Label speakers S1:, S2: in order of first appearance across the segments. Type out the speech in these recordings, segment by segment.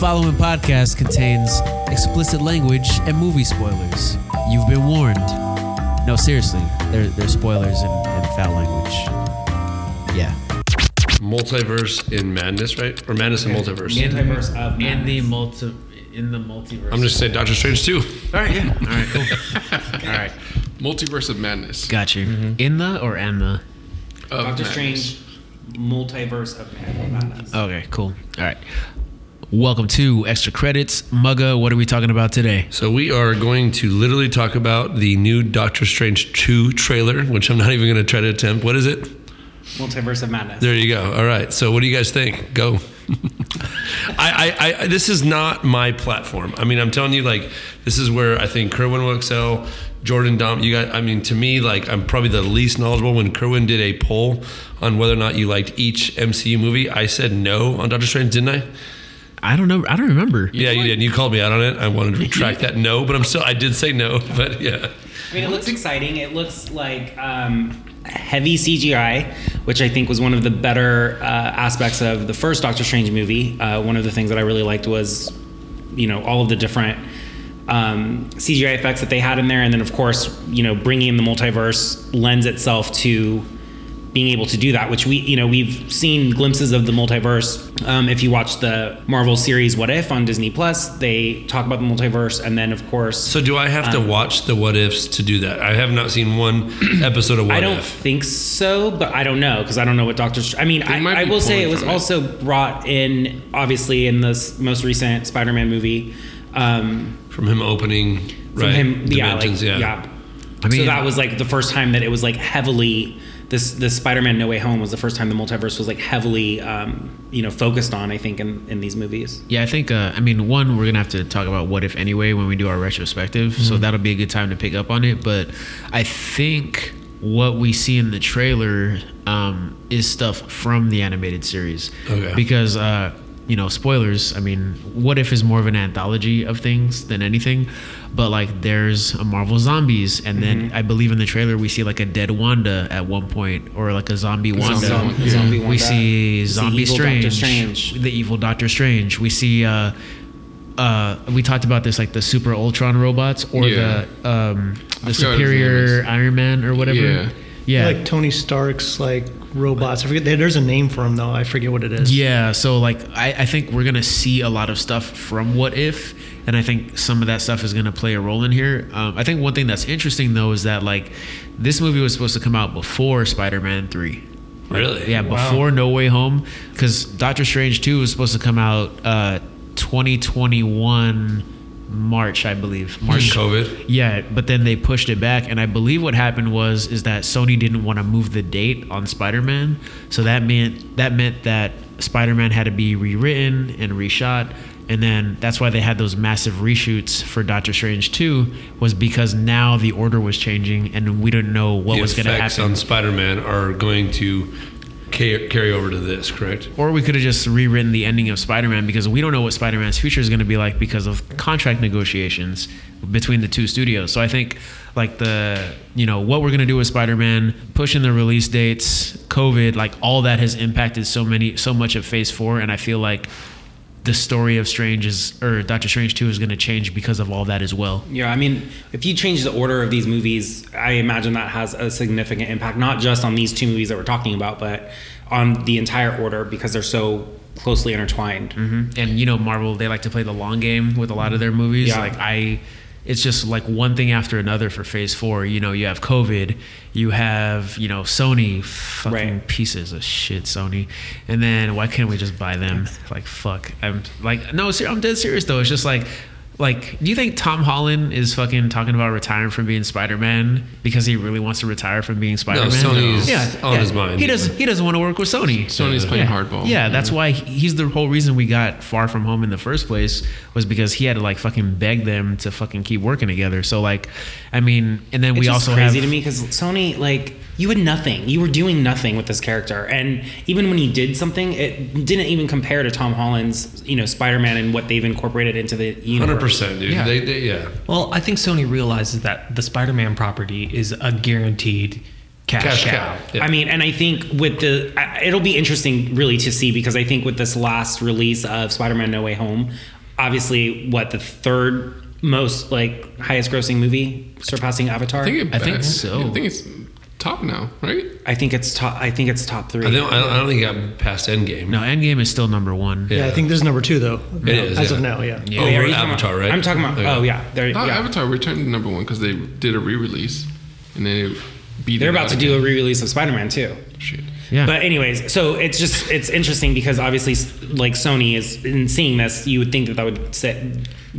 S1: following podcast contains explicit language and movie spoilers. You've been warned. No, seriously, there, there's spoilers and, and foul language. Yeah.
S2: Multiverse in Madness, right? Or Madness in Multiverse.
S3: In,
S4: Multiverse of
S3: in the
S4: madness.
S3: multi, in the multiverse.
S2: I'm just saying Doctor Strange too.
S3: All right, yeah. All right, cool. All right,
S2: Multiverse of Madness.
S3: got you. In the or Emma?
S2: Of
S4: Doctor
S2: Madness.
S4: Strange, multiverse of mad- madness.
S3: Okay, cool. All right. Welcome to Extra Credits. Mugga, what are we talking about today?
S2: So we are going to literally talk about the new Doctor Strange 2 trailer, which I'm not even going to try to attempt. What is it?
S4: Multiverse of madness.
S2: There you go. All right. So what do you guys think? Go. I, I, I this is not my platform. I mean, I'm telling you, like, this is where I think Kerwin will excel. Jordan Dom, you got. I mean, to me, like, I'm probably the least knowledgeable. When Kerwin did a poll on whether or not you liked each MCU movie, I said no on Doctor Strange, didn't I?
S3: I don't know. I don't remember.
S2: yeah, you did. You called me out on it. I wanted to retract that no, but I'm still. I did say no, but yeah.
S4: I mean, it looks exciting. It looks like um, heavy CGI, which I think was one of the better uh, aspects of the first Doctor Strange movie. Uh, one of the things that I really liked was, you know, all of the different um, CGI effects that they had in there, and then of course, you know, bringing in the multiverse lends itself to being able to do that, which we, you know, we've seen glimpses of the multiverse. Um, if you watch the Marvel series What If on Disney Plus, they talk about the multiverse, and then of course,
S2: So do I have to watch the what ifs to do that? I have not seen one episode of what
S4: I don't
S2: if.
S4: think so, but I don't know because I don't know what Doctor. Str- I mean, I,
S2: might
S4: I
S2: be
S4: will say
S2: pulling
S4: it was
S2: from it.
S4: also brought in, obviously, in this most recent Spider-Man movie. Um,
S2: From him opening,
S4: from
S2: right?
S4: him, yeah, like,
S2: dimensions,
S4: yeah.
S3: I mean-
S4: so that was like the first time that it was like heavily. This the Spider-Man No Way Home was the first time the multiverse was like heavily, um, you know, focused on. I think in in these movies.
S3: Yeah, I think, uh, I mean, one, we're going to have to talk about what if anyway when we do our retrospective. So that'll be a good time to pick up on it. But I think what we see in the trailer um, is stuff from the animated series.
S2: Okay.
S3: Because, uh, you know, spoilers, I mean, what if is more of an anthology of things than anything. But like, there's a Marvel Zombies. And then I believe in the trailer, we see like a dead Wanda at one point or like a zombie Wanda.
S4: zombie- Yeah. zombie
S3: We
S4: Wanda.
S3: see Zombie
S4: evil Doctor
S3: Strange,
S4: Strange.
S3: the evil Doctor Strange. We see, uh, uh, we talked about this, like the Super Ultron robots or
S5: Yeah.
S3: the um, the
S5: forgot what his name
S3: Superior
S5: is.
S3: Iron Man or whatever.
S5: Yeah.
S3: yeah.
S6: like Tony Stark's like robots. I forget there- there's a name for them though. I forget what it is.
S3: Yeah, so like I, I think we're gonna see a lot of stuff from What If, and I think some of that stuff is gonna play a role in here. Um, I think one thing that's interesting though is that like this movie was supposed to come out before Spider-Man Three.
S2: Really?
S3: Yeah, before No Way Home, because Doctor Strange Two was supposed to come out uh, 2021 March, I believe.
S2: Hmm.
S3: March
S2: COVID.
S3: Yeah, but then they pushed it back, and I believe what happened was is that Sony didn't want to move the date on Spider-Man, so that meant that meant that Spider-Man had to be rewritten and reshot, and then that's why they had those massive reshoots for Doctor Strange Two was because now the order was changing, and we didn't know what
S2: the
S3: was going to
S2: effects
S3: happen.
S2: on Spider-Man are going to ca- carry over to this, correct?
S3: or we could have just rewritten the ending of Spider-Man because we don't know what Spider-Man's future is going to be like because of contract negotiations between the two studios. So I think like the you know what we're going to do with Spider-Man, pushing the release dates, COVID, like all that has impacted so many so much of Phase 4 and I feel like the story of Strange is or Doctor Strange 2 is going to change because of all that as well.
S4: Yeah, I mean, if you change the order of these movies, I imagine that has a significant impact, not just on these two movies that we're talking about, but on the entire order because they're so closely intertwined.
S3: and you know Marvel they like to play the long game with a lot of their movies.
S4: Yeah.
S3: Like I it's just like one thing after another for phase 4. You know, you have COVID, you have, you know, Sony fucking
S4: Right.
S3: pieces of shit Sony. And then why can't we just buy them? Like fuck. I'm like no, ser- I'm dead serious though. It's just like like, do you think Tom Holland is fucking talking about retiring from being Spider-Man because he really wants to retire from being Spider-Man?
S2: Sony's on his mind.
S3: He doesn't. He doesn't want to work with Sony.
S5: Sony's playing
S3: Yeah.
S5: hardball.
S3: Yeah, that's
S4: Mm-hmm.
S3: why he- he's the whole reason we got far from home in the first place was because he had to like fucking beg them to fucking keep working together. So like, I mean, and then we
S4: it's
S3: also
S4: just crazy
S3: have
S4: to me because Sony, like, you had nothing. You were doing nothing with this character, and even when he did something, it didn't even compare to Tom Holland's, you know, Spider-Man and what they've incorporated into the universe.
S2: 100%, dude.
S3: Yeah.
S2: They, they, yeah.
S7: Well, I think Sony realizes that the Spider-Man property is a guaranteed
S3: cash,
S2: Cash
S3: cow.
S2: cow. Yeah.
S4: I mean, and I think with the, I- it'll be interesting really to see because I think with this last release of Spider Man No Way Home, obviously, what the third most, like, highest grossing movie surpassing Avatar?
S5: I think, it
S3: I think
S5: bats-
S3: so.
S5: I think it's top now, right?
S4: I think it's top, I think it's top three.
S2: I don't, I don't- I don't think it got past Endgame.
S3: No, Endgame is still number one.
S6: Yeah, I think this is number two though.
S2: is,
S6: as of
S2: yeah.
S6: now, yeah.
S3: Yeah.
S2: Oh,
S4: Wait, are
S2: we're
S4: you talking
S2: Avatar,
S4: about-
S2: right?
S4: I'm talking about,
S2: Okay.
S4: oh, yeah. They're,
S5: Not
S4: yeah.
S5: Avatar returned to number one because they did a re-release, and then it beat.
S4: They're
S5: it
S4: about
S5: out
S4: to do a
S5: again.
S4: re release of Spider Man, too.
S5: Shit.
S3: Yeah.
S4: But anyways, so it's just it's interesting because obviously, s- like Sony is in seeing this, you would think that that would set,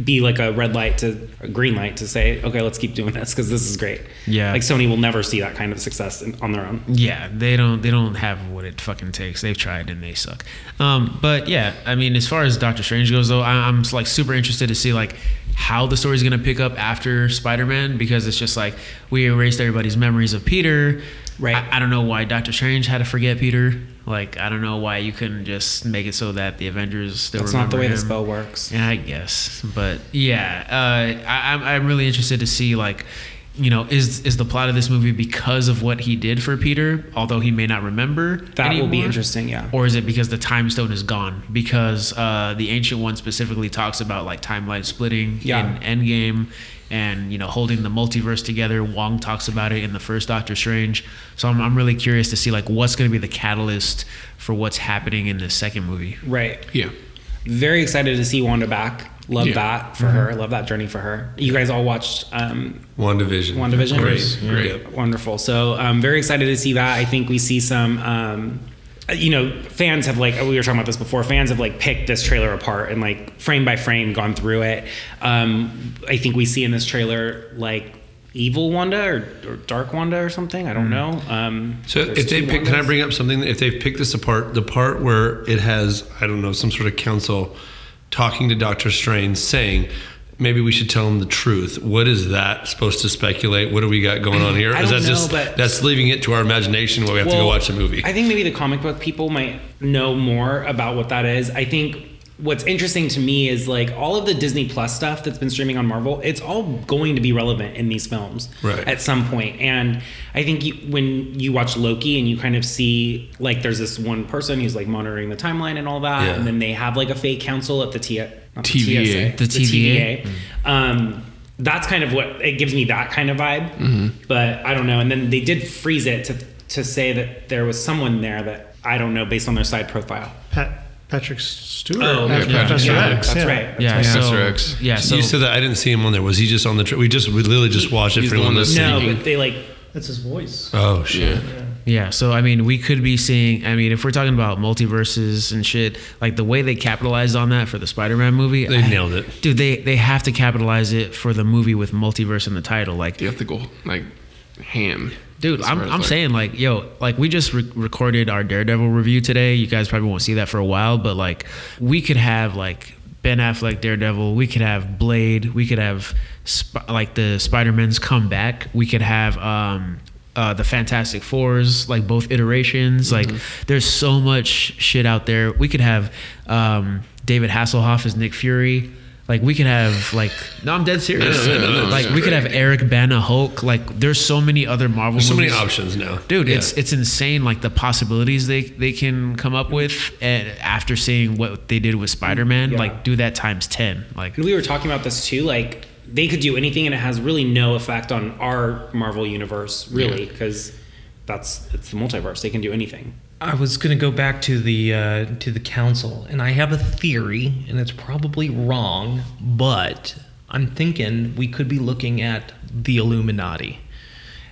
S4: be like a red light to a green light to say, okay, let's keep doing this because this is great.
S3: Yeah.
S4: like Sony will never see that kind of success in, on their own.
S3: Yeah, they don't they don't have what it fucking takes. They've tried and they suck. Um, but yeah, I mean, as far as Doctor Strange goes, though, I, I'm like super interested to see like how the story's gonna pick up after Spider-Man because it's just like we erased everybody's memories of Peter.
S4: Right.
S3: I, I don't know why Doctor Strange had to forget Peter. Like, I don't know why you couldn't just make it so that the Avengers still.
S4: That's not the
S3: remember
S4: way the
S3: him.
S4: spell works.
S3: Yeah, I guess, but yeah, uh, I, I'm I'm really interested to see like, you know, is is the plot of this movie because of what he did for Peter, although he may not remember
S4: That will be
S3: anymore?
S4: interesting. Yeah,
S3: Or is it because the time stone is gone? Because uh, the ancient one specifically talks about like time light splitting
S4: Yeah.
S3: in Endgame, and you know holding the multiverse together. Wong talks about it in the first Doctor Strange. So I'm I'm really curious to see like what's going to be the catalyst for what's happening in the second movie.
S4: right.
S5: Yeah.
S4: Very excited to see Wanda back. Love
S5: Yeah.
S4: that for
S3: Mm-hmm.
S4: her. Love that journey for her. You guys all watched um,
S2: WandaVision.
S4: WandaVision.
S2: Great. Great.
S4: Wonderful. So I'm very excited to see that. I think we see some. Um, you know, fans have like we were talking about this before. Fans have like picked this trailer apart and like frame by frame gone through it. Um, I think we see in this trailer like evil Wanda or, or dark Wanda or something. I don't know. Um,
S2: So
S4: there's
S2: if they
S4: two
S2: pick, can I
S4: Wandas.
S2: bring up something? If they've picked this apart, the part where it has, I don't know, some sort of counsel talking to Doctor Strange saying, maybe we should tell him the truth. What is that supposed to speculate? What do we got going on here?
S4: I
S2: is
S4: don't
S2: that
S4: know,
S2: just
S4: but-
S2: that's leaving it to our imagination when we have to go
S4: Well,
S2: watch a movie?
S4: I think maybe the comic book people might know more about what that is. I think what's interesting to me is like all of the Disney Plus stuff that's been streaming on Marvel, it's all going to be relevant in these films
S2: Right.
S4: at some point. And I think you, when you watch Loki and you kind of see like there's this one person who's like monitoring the timeline and all that,
S2: Yeah.
S4: and then they have like a fake council at the T. not the
S5: TVA.
S4: TSA,
S3: The TVA.
S4: um, that's kind of what it gives me that kind of vibe. But I don't know. And then they did freeze it to to say that there was someone there that I don't know based on their side profile.
S6: Pat, Patrick Stewart.
S4: Oh,
S6: Patrick-
S5: yeah,
S6: Professor
S5: yeah.
S6: X,
S4: That's
S6: yeah.
S4: right.
S3: Yeah,
S5: Professor
S3: so,
S5: X.
S3: Yeah, so
S2: you said that I didn't see him on there. Was he just on the trip? We just we literally just watched it
S5: He's
S2: for
S5: the
S2: anyone
S5: one that's-
S2: listening.
S4: No,
S5: Sneaking.
S4: but they like
S6: That's his voice.
S2: Oh shit!
S5: Yeah.
S3: Yeah, so I mean, we could be seeing. I mean, if we're talking about multiverses and shit, like the way they capitalized on that for the Spider-Man movie,
S2: They
S3: I-
S2: nailed it.
S3: dude. They they have to capitalize it for the movie with multiverse in the title. Like,
S5: You have to go like ham.
S3: dude,
S5: as
S3: I'm,
S5: far as,
S3: I'm
S5: like-
S3: saying like, yo, like we just re- recorded our Daredevil review today. You guys probably won't see that for a while, but like we could have like Ben Affleck Daredevil. We could have Blade. We could have sp- like the Spider-Man's comeback. We could have um uh, the Fantastic Fours, like both iterations. Like there's so much shit out there. We could have um David Hasselhoff as Nick Fury. Like we could have like no, I'm dead serious.
S5: Yeah, yeah, yeah,
S3: like
S5: yeah.
S3: we could have Eric Bana Hulk. Like there's so many other Marvel.
S2: So many
S3: movies.
S2: options now,
S3: Dude,
S2: Yeah.
S3: it's it's insane like the possibilities they, they can come up with and after seeing what they did with Spider Man,
S4: Yeah.
S3: like do that times ten. Like
S4: and we were talking about this too, like they could do anything and it has really no effect on our Marvel universe, really, because that's it's the multiverse. They can do anything.
S7: I was going to go back to the uh, to the council, and I have a theory, and it's probably wrong, but I'm thinking we could be looking at the Illuminati,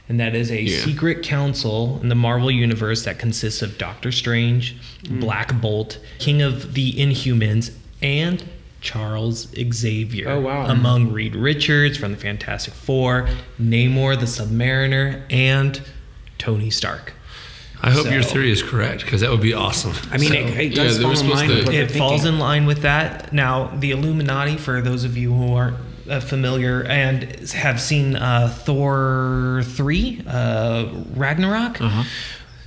S7: and that is a
S5: Yeah.
S7: secret council in the Marvel universe that consists of Doctor Strange,
S4: Mm.
S7: Black Bolt, King of the Inhumans, and Charles Xavier.
S4: Oh, wow.
S7: Among Reed Richards from the Fantastic Four, Namor the Submariner, and Tony Stark.
S2: I hope your
S7: so-
S2: theory is correct because that would be awesome.
S4: I mean,
S7: So-
S4: it, it
S5: Yeah,
S4: does
S5: they
S4: fall
S5: were
S4: in
S5: supposed
S4: line.
S5: to-
S4: with what
S7: it
S4: they're
S7: falls
S4: thinking.
S7: in line with that. Now, the Illuminati, for those of you who aren't uh, familiar and have seen uh, Thor 3, uh, Ragnarok,
S4: Uh-huh.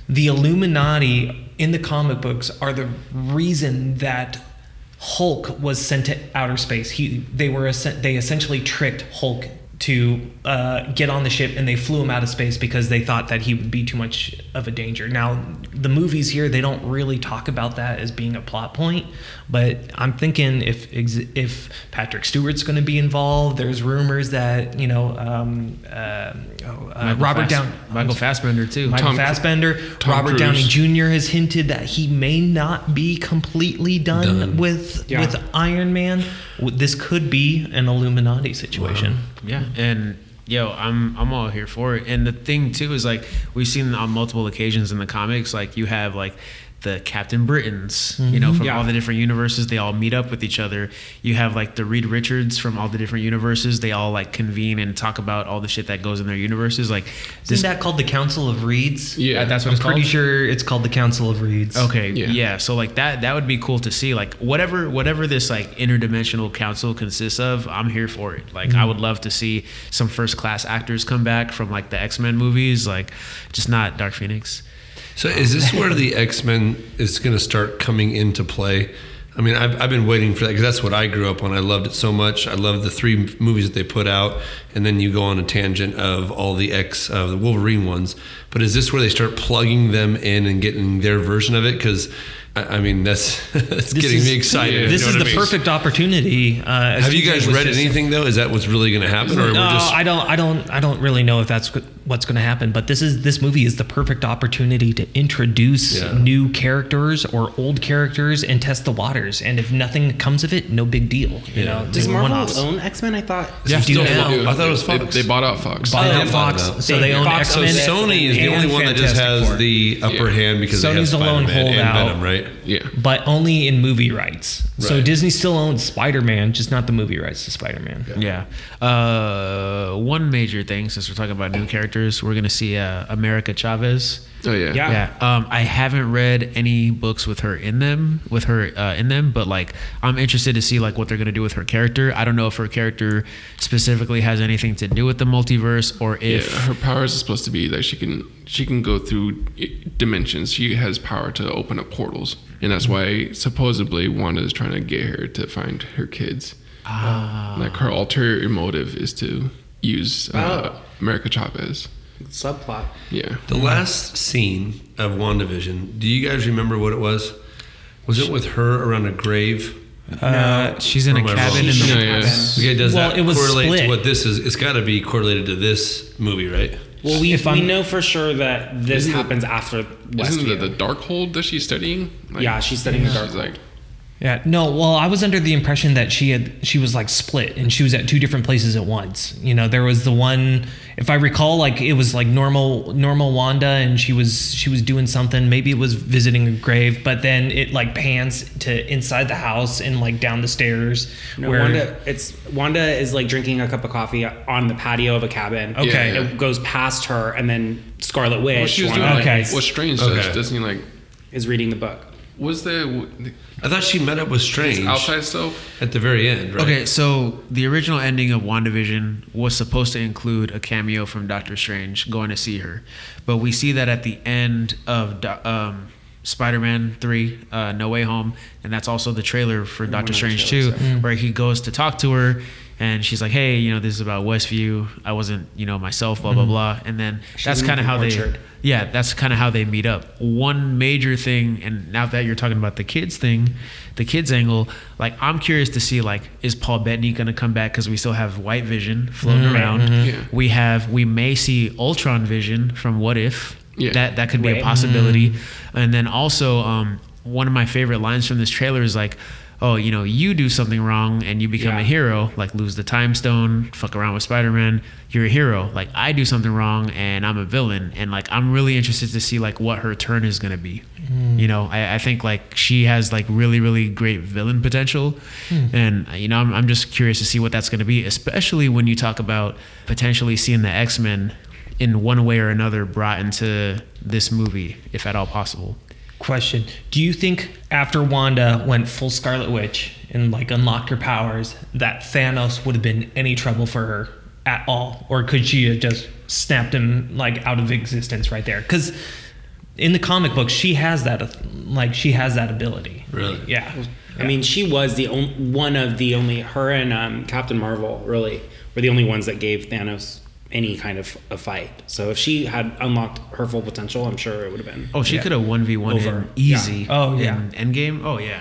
S7: the Illuminati in the comic books are the reason that Hulk was sent to outer space. He, they were essen- they essentially tricked Hulk to uh, get on the ship, and they flew him out of space because they thought that he would be too much of a danger. Now, the movies here they don't really talk about that as being a plot point, but I'm thinking if ex- if Patrick Stewart's going to be involved, there's rumors that you know um, uh, oh, uh,
S3: Michael
S7: Robert
S3: Fass-
S7: Down
S3: Michael Fassbender too.
S7: Michael
S5: Tom Cru-
S7: Fassbender,
S5: Tom
S7: Robert
S5: Cruise.
S7: Downey Jr. has hinted that he may not be completely done,
S2: Done.
S7: with
S4: Yeah.
S7: with Iron Man. W- This could be an Illuminati situation.
S3: Yeah, and yo, I'm I'm all here for it. And the thing too is like we've seen on multiple occasions in the comics, like you have like the Captain Britons, you know, from
S4: Yeah.
S3: all the different universes, they all meet up with each other. You have like the Reed Richards from all the different universes, they all like convene and talk about all the shit that goes in their universes. Like
S7: Isn't that called the Council of Reeds?
S5: Yeah,
S7: that's what
S5: I'm
S7: I'm pretty
S5: called.
S7: sure it's called the Council of Reeds.
S3: Okay, yeah.
S5: Yeah.
S3: So like that that would be cool to see. Like whatever whatever this like interdimensional council consists of, I'm here for it. Like I would love to see some first class actors come back from like the X Men movies, like just not Dark Phoenix.
S2: So is this where the X Men is going to start coming into play? I mean, I've, I've been waiting for that because that's what I grew up on. I loved it so much. I loved the three m- movies that they put out, and then you go on a tangent of all the X, uh, the Wolverine ones. But is this where they start plugging them in and getting their version of it? Because I, I mean, that's that's getting
S7: is-
S2: me excited.
S7: This
S2: you know
S7: is
S2: what
S7: the
S2: I mean?
S7: perfect opportunity. Uh, as
S2: Have you
S7: TJ
S2: guys
S7: was
S2: read
S7: just-
S2: anything though? Is that what's really going to happen, or
S7: No,
S2: we're just
S7: I don't. I don't. I don't really know if that's go- what's going to happen. But this is this movie is the perfect opportunity to introduce
S2: Yeah.
S7: new characters or old characters and test the waters. And if nothing comes of it, no big deal. You know, they
S4: Does
S7: were one-offs.
S4: Marvel own X Men? I thought.
S2: Yeah,
S7: do
S2: still
S7: now.
S2: Fox. I thought it was
S5: They-
S2: Fox.
S5: They, bought out Fox.
S7: Bought
S2: Yeah,
S7: out Fox,
S2: Fox.
S7: so they own
S4: Fox
S2: So
S4: owns
S7: X-Men.
S2: Sony is the
S7: and
S2: only one that just
S7: Fantastic
S2: has
S7: Four.
S2: the upper
S5: Yeah.
S2: hand because
S7: Sony's
S2: they
S7: the
S2: have
S7: lone
S2: Spider-Man
S7: holdout.
S2: and Venom, right?
S5: yeah.
S7: but only in movie rights. So
S2: Right.
S7: Disney still owns Spider-Man, just not the movie rights to Spider-Man.
S3: Yeah. Uh, one major thing since we're talking about new characters, we're gonna see uh, America Chavez.
S5: Oh yeah.
S4: Yeah.
S3: Yeah, um, I haven't read any books with her in them, with her uh, in them, but like I'm interested to see like what they're gonna do with her character. I don't know if her character specifically has anything to do with the multiverse or
S5: Yeah,
S3: if
S5: her powers is supposed to be that she can she can go through i- dimensions. She has power to open up portals, and that's why supposedly Wanda is trying to get her to find her kids. Ah. Like her ulterior motive is to use uh,
S4: Oh.
S5: America Chavez.
S4: Subplot.
S5: Yeah,
S2: The last scene of WandaVision, do you guys remember what it was? Was it with her around a grave?
S3: uh, she's in
S2: Or
S3: a
S2: am I
S3: cabin
S2: wrong?
S3: in the.
S5: No, yeah.
S2: Okay, does
S7: Well,
S2: that
S7: it was
S2: correlate to
S7: split.
S2: what this is? It's got to be correlated to this movie, right?
S4: Well, we,
S7: If
S4: we
S7: I'm-
S4: know for sure that this
S5: Isn't it-
S4: happens after
S5: Isn't
S4: Westview.
S5: it the dark hold that she's studying? Like,
S4: Yeah, she's studying the
S5: She's like,
S7: Yeah. No, well, I was under the impression that she had she was like split and she was at two different places at once. You know, there was the one if I recall like it was like normal normal Wanda and she was she was doing something, maybe it was visiting a grave, but then it like pans to inside the house and like down the stairs
S4: No, Wanda, it's Wanda is like drinking a cup of coffee on the patio of a cabin.
S7: Okay.
S5: Yeah.
S4: it goes past her, and then Scarlet Witch
S5: well, she was doing
S4: Wanda,
S7: Okay.
S5: like, what's strange
S2: Okay.
S5: does, doesn't he like
S4: is reading the book.
S5: was there w-
S2: I thought she met up with Strange
S5: the outside stuff?
S2: at the very end, right?
S3: Okay, so the original ending of WandaVision was supposed to include a cameo from Doctor Strange going to see her, but we see that at the end of Do- um, Spider-Man Three: uh, No Way Home, and that's also the trailer for Doctor Strange Two, where he goes to talk to her, and she's like, "Hey, you know, this is about Westview. I wasn't, you know, myself. Blah blah blah." And then that's
S4: Mm-hmm. in
S3: kind of
S4: the
S3: how
S4: orchard.
S3: they yeah, that's kind of how they meet up. One major thing, and now that you're talking about the kids thing, the kids angle, like I'm curious to see like is Paul Bettany gonna come back because we still have White Vision floating around.
S5: Yeah.
S3: We have we may see Ultron Vision from What If.
S5: Yeah.
S3: That that could be a
S4: Right.
S3: possibility. And then also um, one of my favorite lines from this trailer is like. Oh, you know, you do something wrong and you become a
S4: Yeah.
S3: hero, like lose the time stone, fuck around with Spider Man, you're a hero. Like I do something wrong and I'm a villain. And like I'm really interested to see like what her turn is gonna be. You know, I, I think like she has like really, really great villain potential. And uh, you know, I'm, I'm just curious to see what that's gonna be, especially when you talk about potentially seeing the X Men in one way or another brought into this movie, if at all possible.
S7: Question: Do you think after Wanda went full Scarlet Witch and like unlocked her powers, that Thanos would have been any trouble for her at all, or could she have just snapped him like out of existence right there? Because in the comic book, she has that like she has that ability.
S2: Really?
S7: Yeah.
S4: I mean, she was the on, one of the only her and um, Captain Marvel really were the only ones that gave Thanos any kind of a fight. So if she had unlocked her full potential, I'm sure it would have been.
S3: Oh, she could have one v one
S4: Over.
S3: him easy.
S8: Yeah. Oh, yeah.
S3: In Endgame. Oh yeah.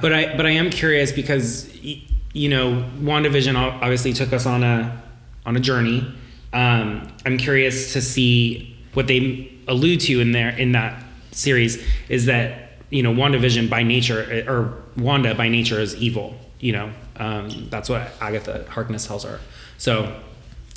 S4: But I but I am curious because y- you know WandaVision ob- obviously took us on a on a journey. Um, I'm curious to see what they allude to in there in that series is that you know WandaVision by nature eh, or Wanda by nature is evil. You know um, that's what Agatha Harkness tells her. So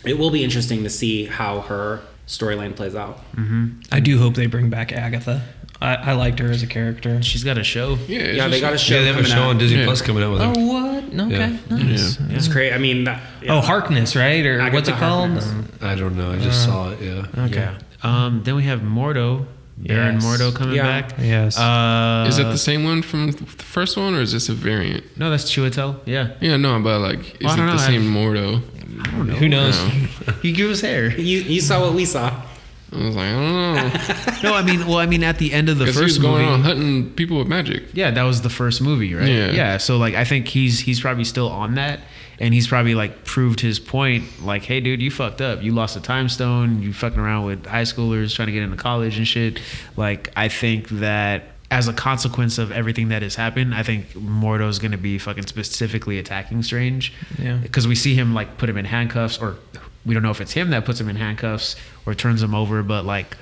S4: it will be interesting to see how her storyline plays out.
S2: Mm-hmm.
S8: I do hope they bring back Agatha. I, I liked her as a character.
S3: She's got a show.
S5: Yeah, it's
S4: Yeah, they
S5: just-
S4: got a show
S2: yeah, they have a
S4: coming
S2: show
S4: out.
S2: on Disney
S5: Yeah.
S2: Plus coming out with
S8: Oh
S2: her.
S8: what? Okay, nice.
S5: Yeah.
S4: It's crazy. I mean, that,
S8: Oh Harkness, right? Or what's it
S4: Agatha
S8: called?
S4: Harkness.
S2: I don't know. I just saw it. Yeah.
S3: Okay. Um, then we have Mordo, Baron
S8: Yes.
S3: Mordo coming
S4: Yeah.
S3: back.
S8: Yes.
S4: Um,
S3: Uh,
S5: Is it the same one from the first one, or is this a variant?
S3: no? That's Chiwetel. Yeah.
S5: Yeah, no, but like, is
S3: Well, I
S5: it
S3: don't
S5: the
S3: know,
S5: same Mordo?
S8: Who knows?
S5: No.
S3: He grew his hair.
S4: you you saw what we saw.
S5: I was like, I don't know.
S3: No, I mean, well, I mean, at the end of the
S5: Because he was
S3: first
S5: going
S3: movie.
S5: on hunting people with magic.
S3: Yeah, that was the first movie, right?
S5: Yeah.
S3: So like, I think he's he's probably still on that, and he's probably like proved his point. Like, hey, dude, you fucked up. You lost a time stone. You fucking around with high schoolers trying to get into college and shit. Like, I think that as a consequence of everything that has happened, I think Mordo's gonna be fucking specifically attacking Strange.
S8: Yeah.
S3: Because we see him like put him in handcuffs, or we don't know if it's him that puts him in handcuffs or turns him over, but like.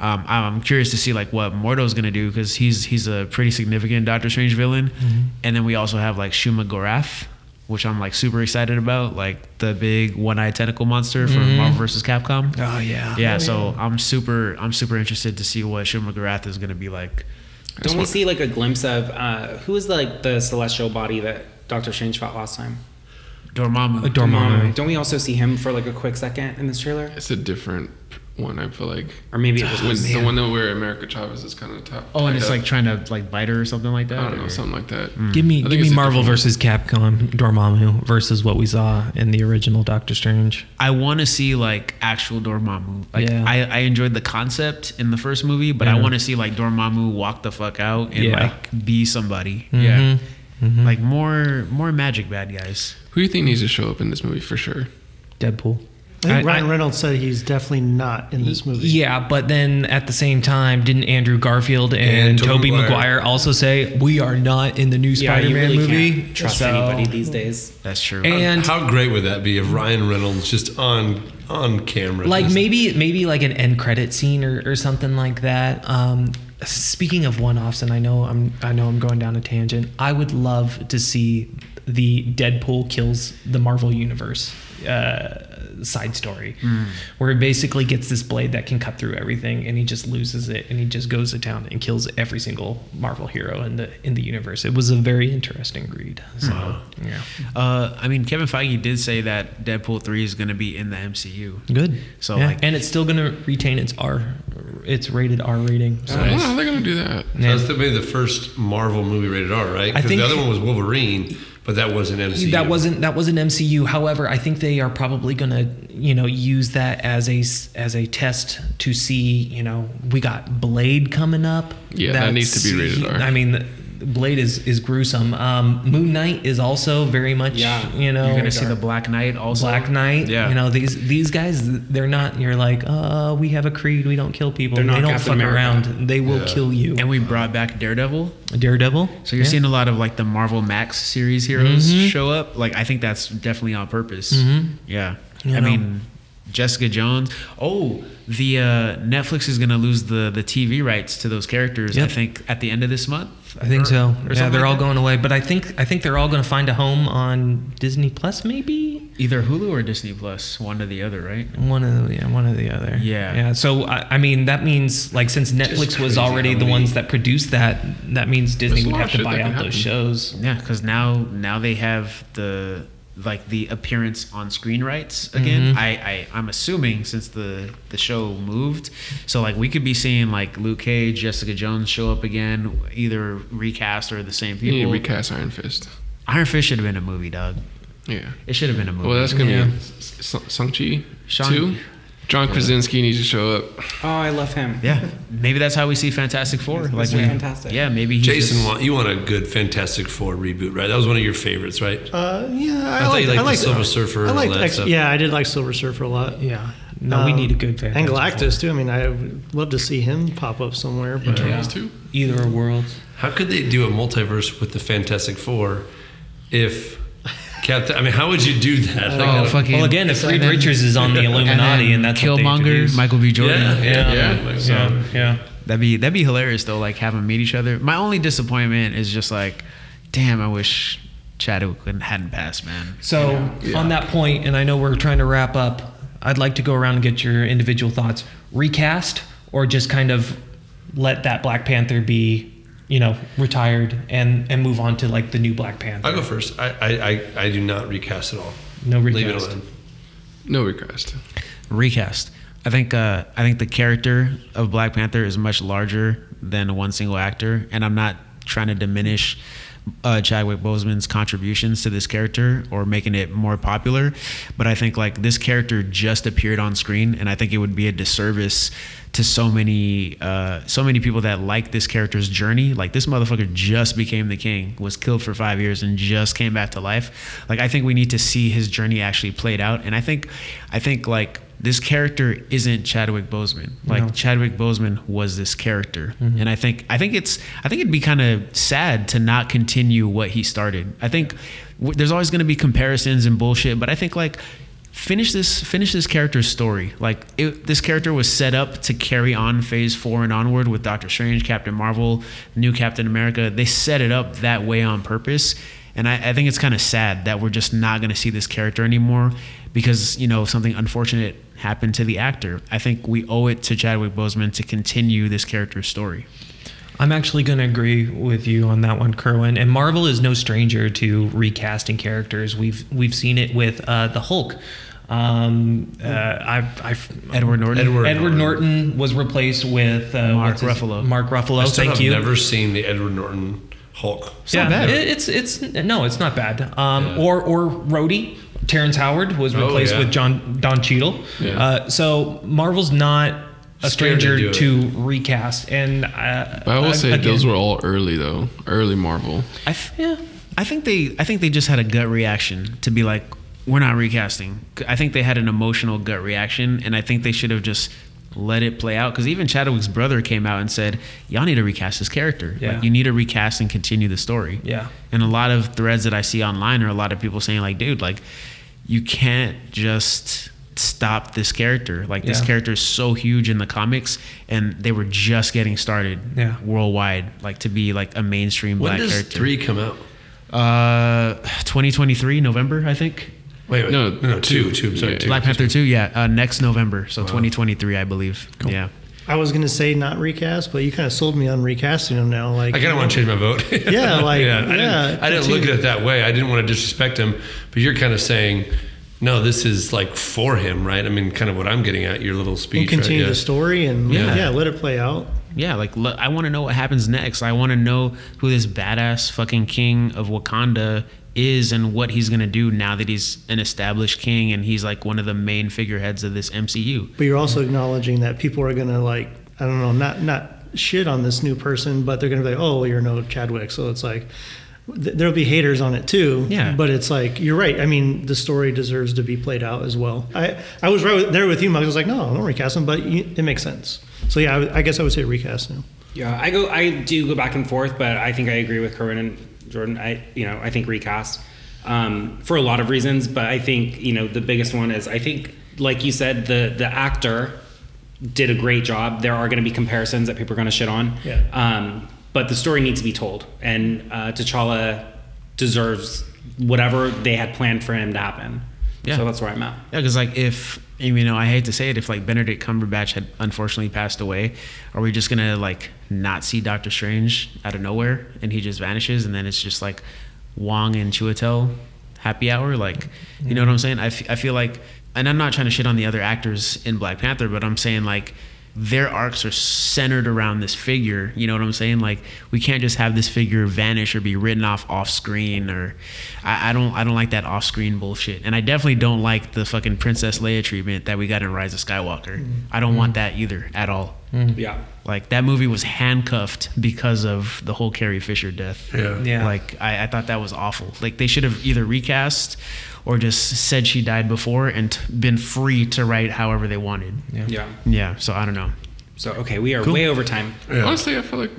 S3: Um, I'm I'm curious to see like what Mordo's gonna do because he's he's a pretty significant Doctor Strange villain, and then we also have like Shuma Gorath, which I'm like super excited about, like the big one-eyed tentacle monster from Marvel vs. Capcom.
S8: Oh yeah.
S3: yeah, so I'm super I'm super interested to see what Shuma Gorath is gonna be like.
S4: Don't we see like a glimpse of uh, who is like the celestial body that Doctor Strange fought last time?
S3: Dormammu.
S4: Um, don't we also see him for like a quick second in this trailer?
S5: It's a different one, I feel like.
S4: Or maybe it was
S5: When- the one that where America Chavez is kind of top.
S3: Oh, and
S5: tied
S3: it's
S5: up.
S3: like trying to like bite her or something like that.
S5: I don't know,
S3: or-
S5: something like that.
S3: Mm.
S7: Give
S5: I
S7: me
S5: think
S7: give
S5: it's
S7: me
S5: a
S7: Marvel
S5: different
S7: versus Capcom Dormammu versus what we saw in the original Doctor Strange.
S3: I want to see like actual Dormammu. Like
S7: Yeah.
S3: I, I enjoyed the concept in the first movie, but I
S7: Yeah.
S3: want to see like Dormammu walk the fuck out and
S7: Yeah. Mm-hmm.
S3: like be somebody. Yeah. Like more more magic bad guys.
S5: Who do you think needs to show up in this movie for sure?
S7: Deadpool.
S6: I think
S7: I-
S6: Ryan
S7: I-
S6: Reynolds said he's definitely not in this movie.
S7: Yeah, but then at the same time, didn't Andrew Garfield and,
S2: And Tobey
S7: Tobey
S2: Maguire.
S7: Maguire also say we are not in the new
S4: Yeah, you
S7: Spider-Man
S4: really
S7: movie?
S4: can't trust
S7: So-
S4: anybody these days.
S3: That's true.
S7: And
S2: How great would that be if Ryan Reynolds just on on camera?
S7: like
S2: just-
S7: maybe maybe like an end credit scene or, or something like that um speaking of one-offs and i know i'm i know i'm going down a tangent i would love to see the deadpool kills the marvel universe uh side story where he basically gets this blade that can cut through everything and he just loses it and he just goes to town and kills every single marvel hero in the in the universe it was a very interesting read so yeah
S3: uh, I mean, Kevin Feige did say that Deadpool three is going to be in the MCU.
S7: good
S3: So,
S7: so
S3: like-
S7: and it's still gonna retain its r its rated r rating so
S5: I don't know how they're going to do that.
S2: So that's the, maybe the first Marvel movie rated R, right?
S7: I
S2: Because
S7: think-
S2: the other one was Wolverine, but that wasn't MCU.
S7: That wasn't that wasn't MCU. However, I think they are probably gonna you know use that as a s- as a test to see you know we got Blade coming up.
S5: Yeah, that needs to be rated R.
S7: I mean, the- Blade is is gruesome. Um, Moon Knight is also very much
S4: Yeah.
S7: you know
S3: You're going to see the Black Knight also.
S7: Black Knight.
S3: Yeah.
S7: you know these these guys they're not. You're like uh we have a creed. We don't kill people.
S4: They're not
S7: they don't
S4: Captain
S7: fuck
S4: America.
S7: around. They will
S2: Yeah.
S7: kill you.
S3: and we brought back Daredevil.
S7: Daredevil.
S3: So you're
S7: Yeah. Mm-hmm.
S3: seeing a lot of like the Marvel Max series heroes show up. Like I think that's definitely on purpose. Yeah.
S7: You
S3: I
S7: know.
S3: mean Jessica Jones. Oh, the uh, Netflix is gonna lose the the TV rights to those characters. I
S7: Yep.
S3: think at the end of this month.
S7: I think
S3: Or-
S7: so.
S3: or
S7: Yeah,
S3: something
S7: they're
S3: like
S7: all
S3: that.
S7: going away, but I think I think they're all going to find a home on Disney Plus, maybe
S3: either Hulu or Disney Plus, one or the other, right?
S7: one of the, yeah, one or the other.
S3: Yeah.
S7: yeah. So I, I mean, that means like since Netflix was
S5: crazy
S7: already
S5: how
S7: the
S5: many-
S7: ones that produced that, that means Disney
S5: There's a
S7: would
S5: lot
S7: have
S5: of
S7: to
S5: shit
S7: buy
S5: that
S7: out
S5: can
S7: those
S5: happen.
S7: shows.
S3: Yeah, because now now they have the like the appearance on screen rights again. I, I I'm assuming since the the show moved, so like we could be seeing like Luke Cage, Jessica Jones show up again, either recast or the same
S5: You need to
S3: people.
S5: recast Iron Fist.
S3: Iron Fist should have been a movie, dog.
S5: Yeah.
S3: It should have been a movie.
S5: Well, that's going to
S7: Yeah.
S5: be S- S- Shang-Chi
S3: Shang-
S5: 2. John Krasinski needs to show up.
S4: Oh, I love him.
S3: Yeah, maybe that's how we see Fantastic Four. Like
S4: Mr.
S3: we,
S4: Fantastic.
S3: Yeah, maybe he's
S2: Jason,
S3: just-
S2: want, you want a good Fantastic Four reboot, right? That was one of your favorites, right?
S6: Uh, yeah, I,
S2: thought
S6: like
S2: you liked the
S6: I like
S2: Silver Surfer and
S6: I
S2: all
S6: liked
S2: that
S6: X-
S2: stuff.
S6: Yeah, I did like Silver Surfer a lot.
S9: Yeah. No, we
S6: Um,
S9: need a good fan.
S6: And Galactus too. I mean, I would love to see him pop up somewhere. But
S5: Turtles too.
S7: Either world.
S2: How could they do a multiverse with the Fantastic Four if Captain? I mean, how would you do that? Like, I
S3: Oh,
S2: don't-
S3: fucking.
S7: Well, again, if
S3: and
S7: Reed
S3: then-
S7: Richards is on the Illuminati, and,
S3: then
S7: that's what they
S3: Killmonger,
S7: introduce.
S3: Michael B. Jordan.
S2: Yeah, yeah,
S7: Yeah.
S2: yeah. Like, so-
S7: Yeah, yeah.
S3: That'd be that'd be hilarious though. Like have them meet each other. My only disappointment is just like, damn, I wish Chadwick hadn't passed, man.
S7: So on that point, and I know we're trying to wrap up. I'd like to go around and get your individual thoughts. Recast or just kind of let that Black Panther be, you know, retired and and move on to like the new Black Panther.
S2: I'll go first. I, I, I, I do not recast at all.
S7: No
S2: Leave it
S7: recast.
S2: alone.
S5: No request.
S3: recast. I think uh, I think the character of Black Panther is much larger than one single actor, and I'm not trying to diminish uh, Chadwick Boseman's contributions to this character or making it more popular, but I think like this character just appeared on screen, and I think it would be a disservice to so many uh, so many people that like this character's journey. Like this motherfucker just became the king, was killed for five years, and just came back to life. Like I think we need to see his journey actually played out, and I think I think like this character isn't Chadwick Boseman. Like Chadwick Boseman was this character, and I think I think it's I think it'd be kind of sad to not continue what he started. I think w- there's always going to be comparisons and bullshit, but I think like finish this finish this character's story like it, this character was set up to carry on phase four and onward with doctor strange captain marvel new captain america they set it up that way on purpose and i, I think it's kind of sad that we're just not going to see this character anymore because you know something unfortunate happened to the actor i think we owe it to chadwick boseman to continue this character's story
S7: I'm actually going to agree with you on that one, Kerwin. And Marvel is no stranger to recasting characters. We've we've seen it with uh, the Hulk. Um, uh, I, I,
S3: edward norton
S2: Edward
S7: Edward Norton was replaced with uh,
S3: Mark
S7: what's his-
S3: Ruffalo.
S7: Mark Ruffalo.
S2: I still
S7: thank
S2: have
S7: you.
S2: never seen the Edward Norton Hulk.
S7: yeah,
S3: not bad.
S7: it- it's it's no, it's not bad. Um,
S2: Yeah.
S7: Or or Rhodey, Terrence Howard was
S2: Oh,
S7: replaced
S2: yeah.
S7: with John Don Cheadle.
S5: Yeah.
S7: Uh, so Marvel's not a
S2: Scared to do
S7: stranger
S2: it.
S7: to recast, and uh,
S5: But I will say
S7: again,
S5: those were all early though. Early Marvel.
S3: I f- yeah. I think they I think they just had a gut reaction to be like we're not recasting. C- I think they had an emotional gut reaction and I think they should have just let it play out cuz even Chadwick's brother came out and said y'all need to recast this character.
S7: Yeah.
S3: Like you need to recast and continue the story.
S7: Yeah.
S3: And a lot of threads that I see online are a lot of people saying like dude like you can't just stop this character. Like this
S7: Yeah.
S3: character is so huge in the comics and they were just getting started
S7: Yeah.
S3: worldwide like to be like a mainstream
S2: When
S3: black
S2: does
S3: character.
S2: three come out?
S3: Uh, 2023 November, I think.
S2: Wait, wait
S5: No,
S2: no, no, two, two. I'm sorry,
S5: Yeah,
S2: two.
S3: Black Panther 2, yeah, uh, next November, so 2023, I believe. Yeah.
S6: I was gonna say not recast, but you kind of sold me on recasting him now. Like
S2: I kind of want to change my vote.
S6: Yeah, like,
S2: I didn't,
S6: yeah,
S2: I didn't look at
S6: continue.
S2: it that way. I didn't want to disrespect him, but you're kind of saying, no, this is like for him, right? I mean, kind of what I'm getting at your little speech.
S6: and continue
S2: right?
S6: the story and
S3: Yeah.
S6: yeah. let it play out.
S3: Yeah, like look, I want to know what happens next. I want to know who this badass fucking king of Wakanda is and what he's going to do now that he's an established king and he's like one of the main figureheads of this MCU.
S6: But you're also acknowledging that people are gonna like I don't know, not not shit on this new person, but they're gonna be like, oh, well, you're no Chadwick. So it's like th- there'll be haters on it too.
S3: Yeah.
S6: But it's like you're right. I mean, the story deserves to be played out as well. I I was right with, there with you, Mike. I was like, no, don't recast him, but you, it makes sense. So yeah, I, would- I guess I would say recast now.
S4: Yeah, I go. I do go back and forth, but I think I agree with Kerwin and Jordan. I, you know, I think recast um, for a lot of reasons, but I think you know the biggest one is I think, like you said, the the actor did a great job. There are going to be comparisons that people are going to shit on.
S6: Yeah.
S4: Um, but the story needs to be told, and uh, T'Challa deserves whatever they had planned for him to happen.
S3: Yeah.
S4: So that's where I'm at.
S3: Yeah, because like if you know, I hate to say it, if like Benedict Cumberbatch had unfortunately passed away, are we just gonna like not see Doctor Strange out of nowhere and he just vanishes and then it's just like Wong and Chiwetel happy hour? Like, you know what I'm saying? I, f- I feel like, and I'm not trying to shit on the other actors in Black Panther, but I'm saying like their arcs are centered around this figure. You know what I'm saying? Like we can't just have this figure vanish or be written off off screen. Or I, I don't I don't like that off screen bullshit. And I definitely don't like the fucking Princess Leia treatment that we got in Rise of Skywalker. I don't want that either at all.
S4: Yeah.
S3: Like that movie was handcuffed because of the whole Carrie Fisher death.
S2: Yeah.
S7: Yeah.
S3: Like I, I thought that was awful. Like they should have either recast or just said she died before and t- been free to write however they wanted. Yeah.
S4: Yeah.
S3: Yeah. So I don't know.
S4: So okay, we are way over time.
S2: Yeah.
S5: Honestly, I feel like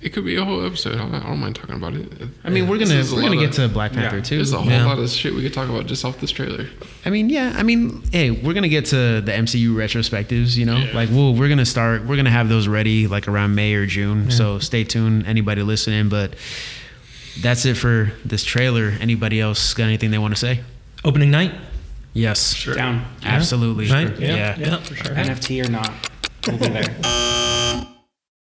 S5: it could be a whole episode. I don't, I don't mind talking about it.
S9: I mean, we're
S5: This
S9: gonna
S5: is a
S9: we're gonna
S5: lot
S9: get to
S5: of-
S9: Black Panther
S4: yeah,
S9: too.
S5: There's a whole
S9: yeah.
S5: lot of shit we could talk about just off this trailer.
S3: I mean, yeah. I mean, hey, we're gonna get to the MCU retrospectives. You know, like, whoa, we're gonna start. We're gonna have those ready like around May or June. So stay tuned, anybody listening. But that's it for this trailer. Anybody else got anything they want to say?
S7: Opening night.
S3: Yes,
S4: Down.
S3: absolutely.
S7: Right?
S3: Yeah.
S7: Yeah, for sure.
S4: NFT or not. We'll be there.